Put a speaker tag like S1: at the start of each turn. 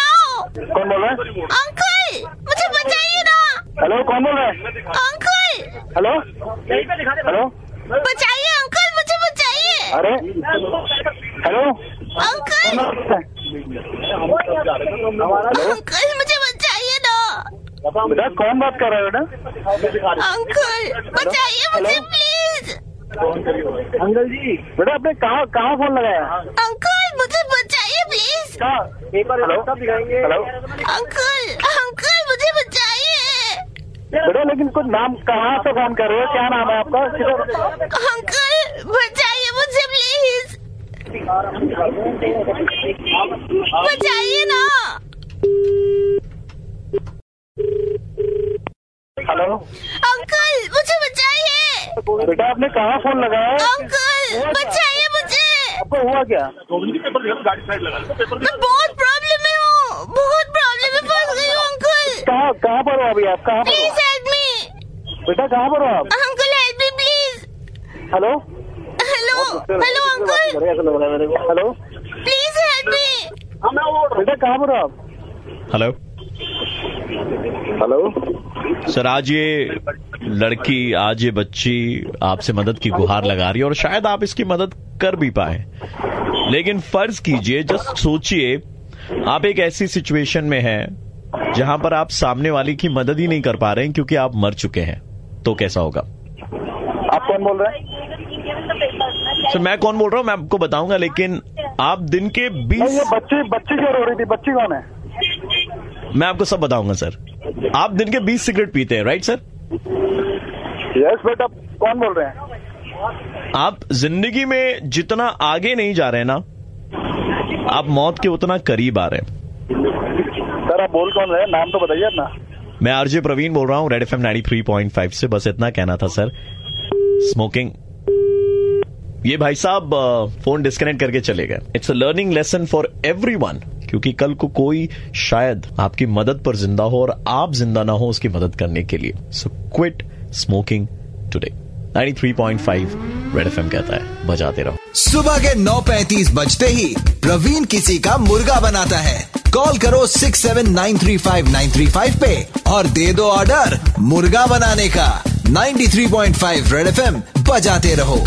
S1: कौन बोल रहा है
S2: अंकल मुझे बचाइए ना
S1: हेलो कौन बोल रहा है
S2: अंकल
S1: हेलो हेलो
S2: बचाइए अंकल मुझे बचाइए
S1: अरे हेलो
S2: अंकल
S1: कौन बोल रहा है?
S2: अंकल मुझे बचाइए ना
S1: बेटा कौन बात कर रहा है बेटा
S2: अंकल बचाइए मुझे प्लीज
S1: अंकल जी बेटा आपने कहाँ कहाँ फोन लगाया
S2: अंकल मुझे बचाइए प्लीज
S1: कहाँ हेलो
S2: अंकल अंकल मुझे बचाइए
S1: बेटा लेकिन कुछ नाम कहाँ से फोन कर रहे हो क्या नाम है आपका किधर-
S2: अंकल बचाइए मुझे प्लीज बचाइए ना
S1: हेलो
S2: अंकल मुझे बचाइए
S1: बेटा आपने कहाँ फोन लगाया
S2: अंकल बचाइए मुझे
S1: आपको हुआ क्या
S2: मैं बहुत प्रॉब्लम में हूँ बहुत प्रॉब्लम में फंस गई हूँ अंकल
S1: कहाँ कहाँ पर हो अभी आप कहाँ पर
S2: प्लीज
S1: हो
S2: हेल्प मी
S1: बेटा कहाँ पर हो आप
S2: uncle help me please
S1: hello
S2: hello hello uncle
S1: hello
S2: please help me
S1: बेटा कहाँ पर हो आप
S3: हेलो
S1: हेलो
S3: सर आज ये लड़की आज ये बच्ची आपसे मदद की गुहार लगा रही है और शायद आप इसकी मदद कर भी पाए लेकिन फर्ज कीजिए जस्ट सोचिए आप एक ऐसी सिचुएशन में हैं जहां पर आप सामने वाले की मदद ही नहीं कर पा रहे हैं क्योंकि आप मर चुके हैं तो कैसा होगा
S1: आप कौन बोल रहे हैं
S3: सर मैं कौन बोल रहा हूँ मैं आपको बताऊंगा लेकिन आप दिन के
S1: नहीं, ये
S3: बीस
S1: बच्ची बच्ची क्या रो रही थी बच्ची कौन है
S3: मैं आपको सब बताऊंगा सर आप दिन के बीस सिगरेट पीते हैं राइट सर
S1: यस बेटा कौन बोल रहे हैं
S3: आप जिंदगी में जितना आगे नहीं जा रहे ना आप मौत के उतना करीब आ रहे हैं
S1: सर आप बोल कौन रहे हैं नाम तो बताइए अपना
S3: मैं आरजे प्रवीण बोल रहा हूँ red F M three point five से बस इतना कहना था सर स्मोकिंग ये भाई साहब अ, फोन डिस्कनेक्ट करके चले गए it's a learning lesson for every क्योंकि कल को कोई शायद आपकी मदद पर जिंदा हो और आप जिंदा ना हो उसकी मदद करने के लिए so quit smoking today 93.5 red FM कहता है बजाते रहो
S4: सुबह के 9:35 बजते ही प्रवीण किसी का मुर्गा बनाता है कॉल करो 6793593 पे और दे दो ऑर्डर मुर्गा बनाने का 93.5 रेड एफएम बजाते रहो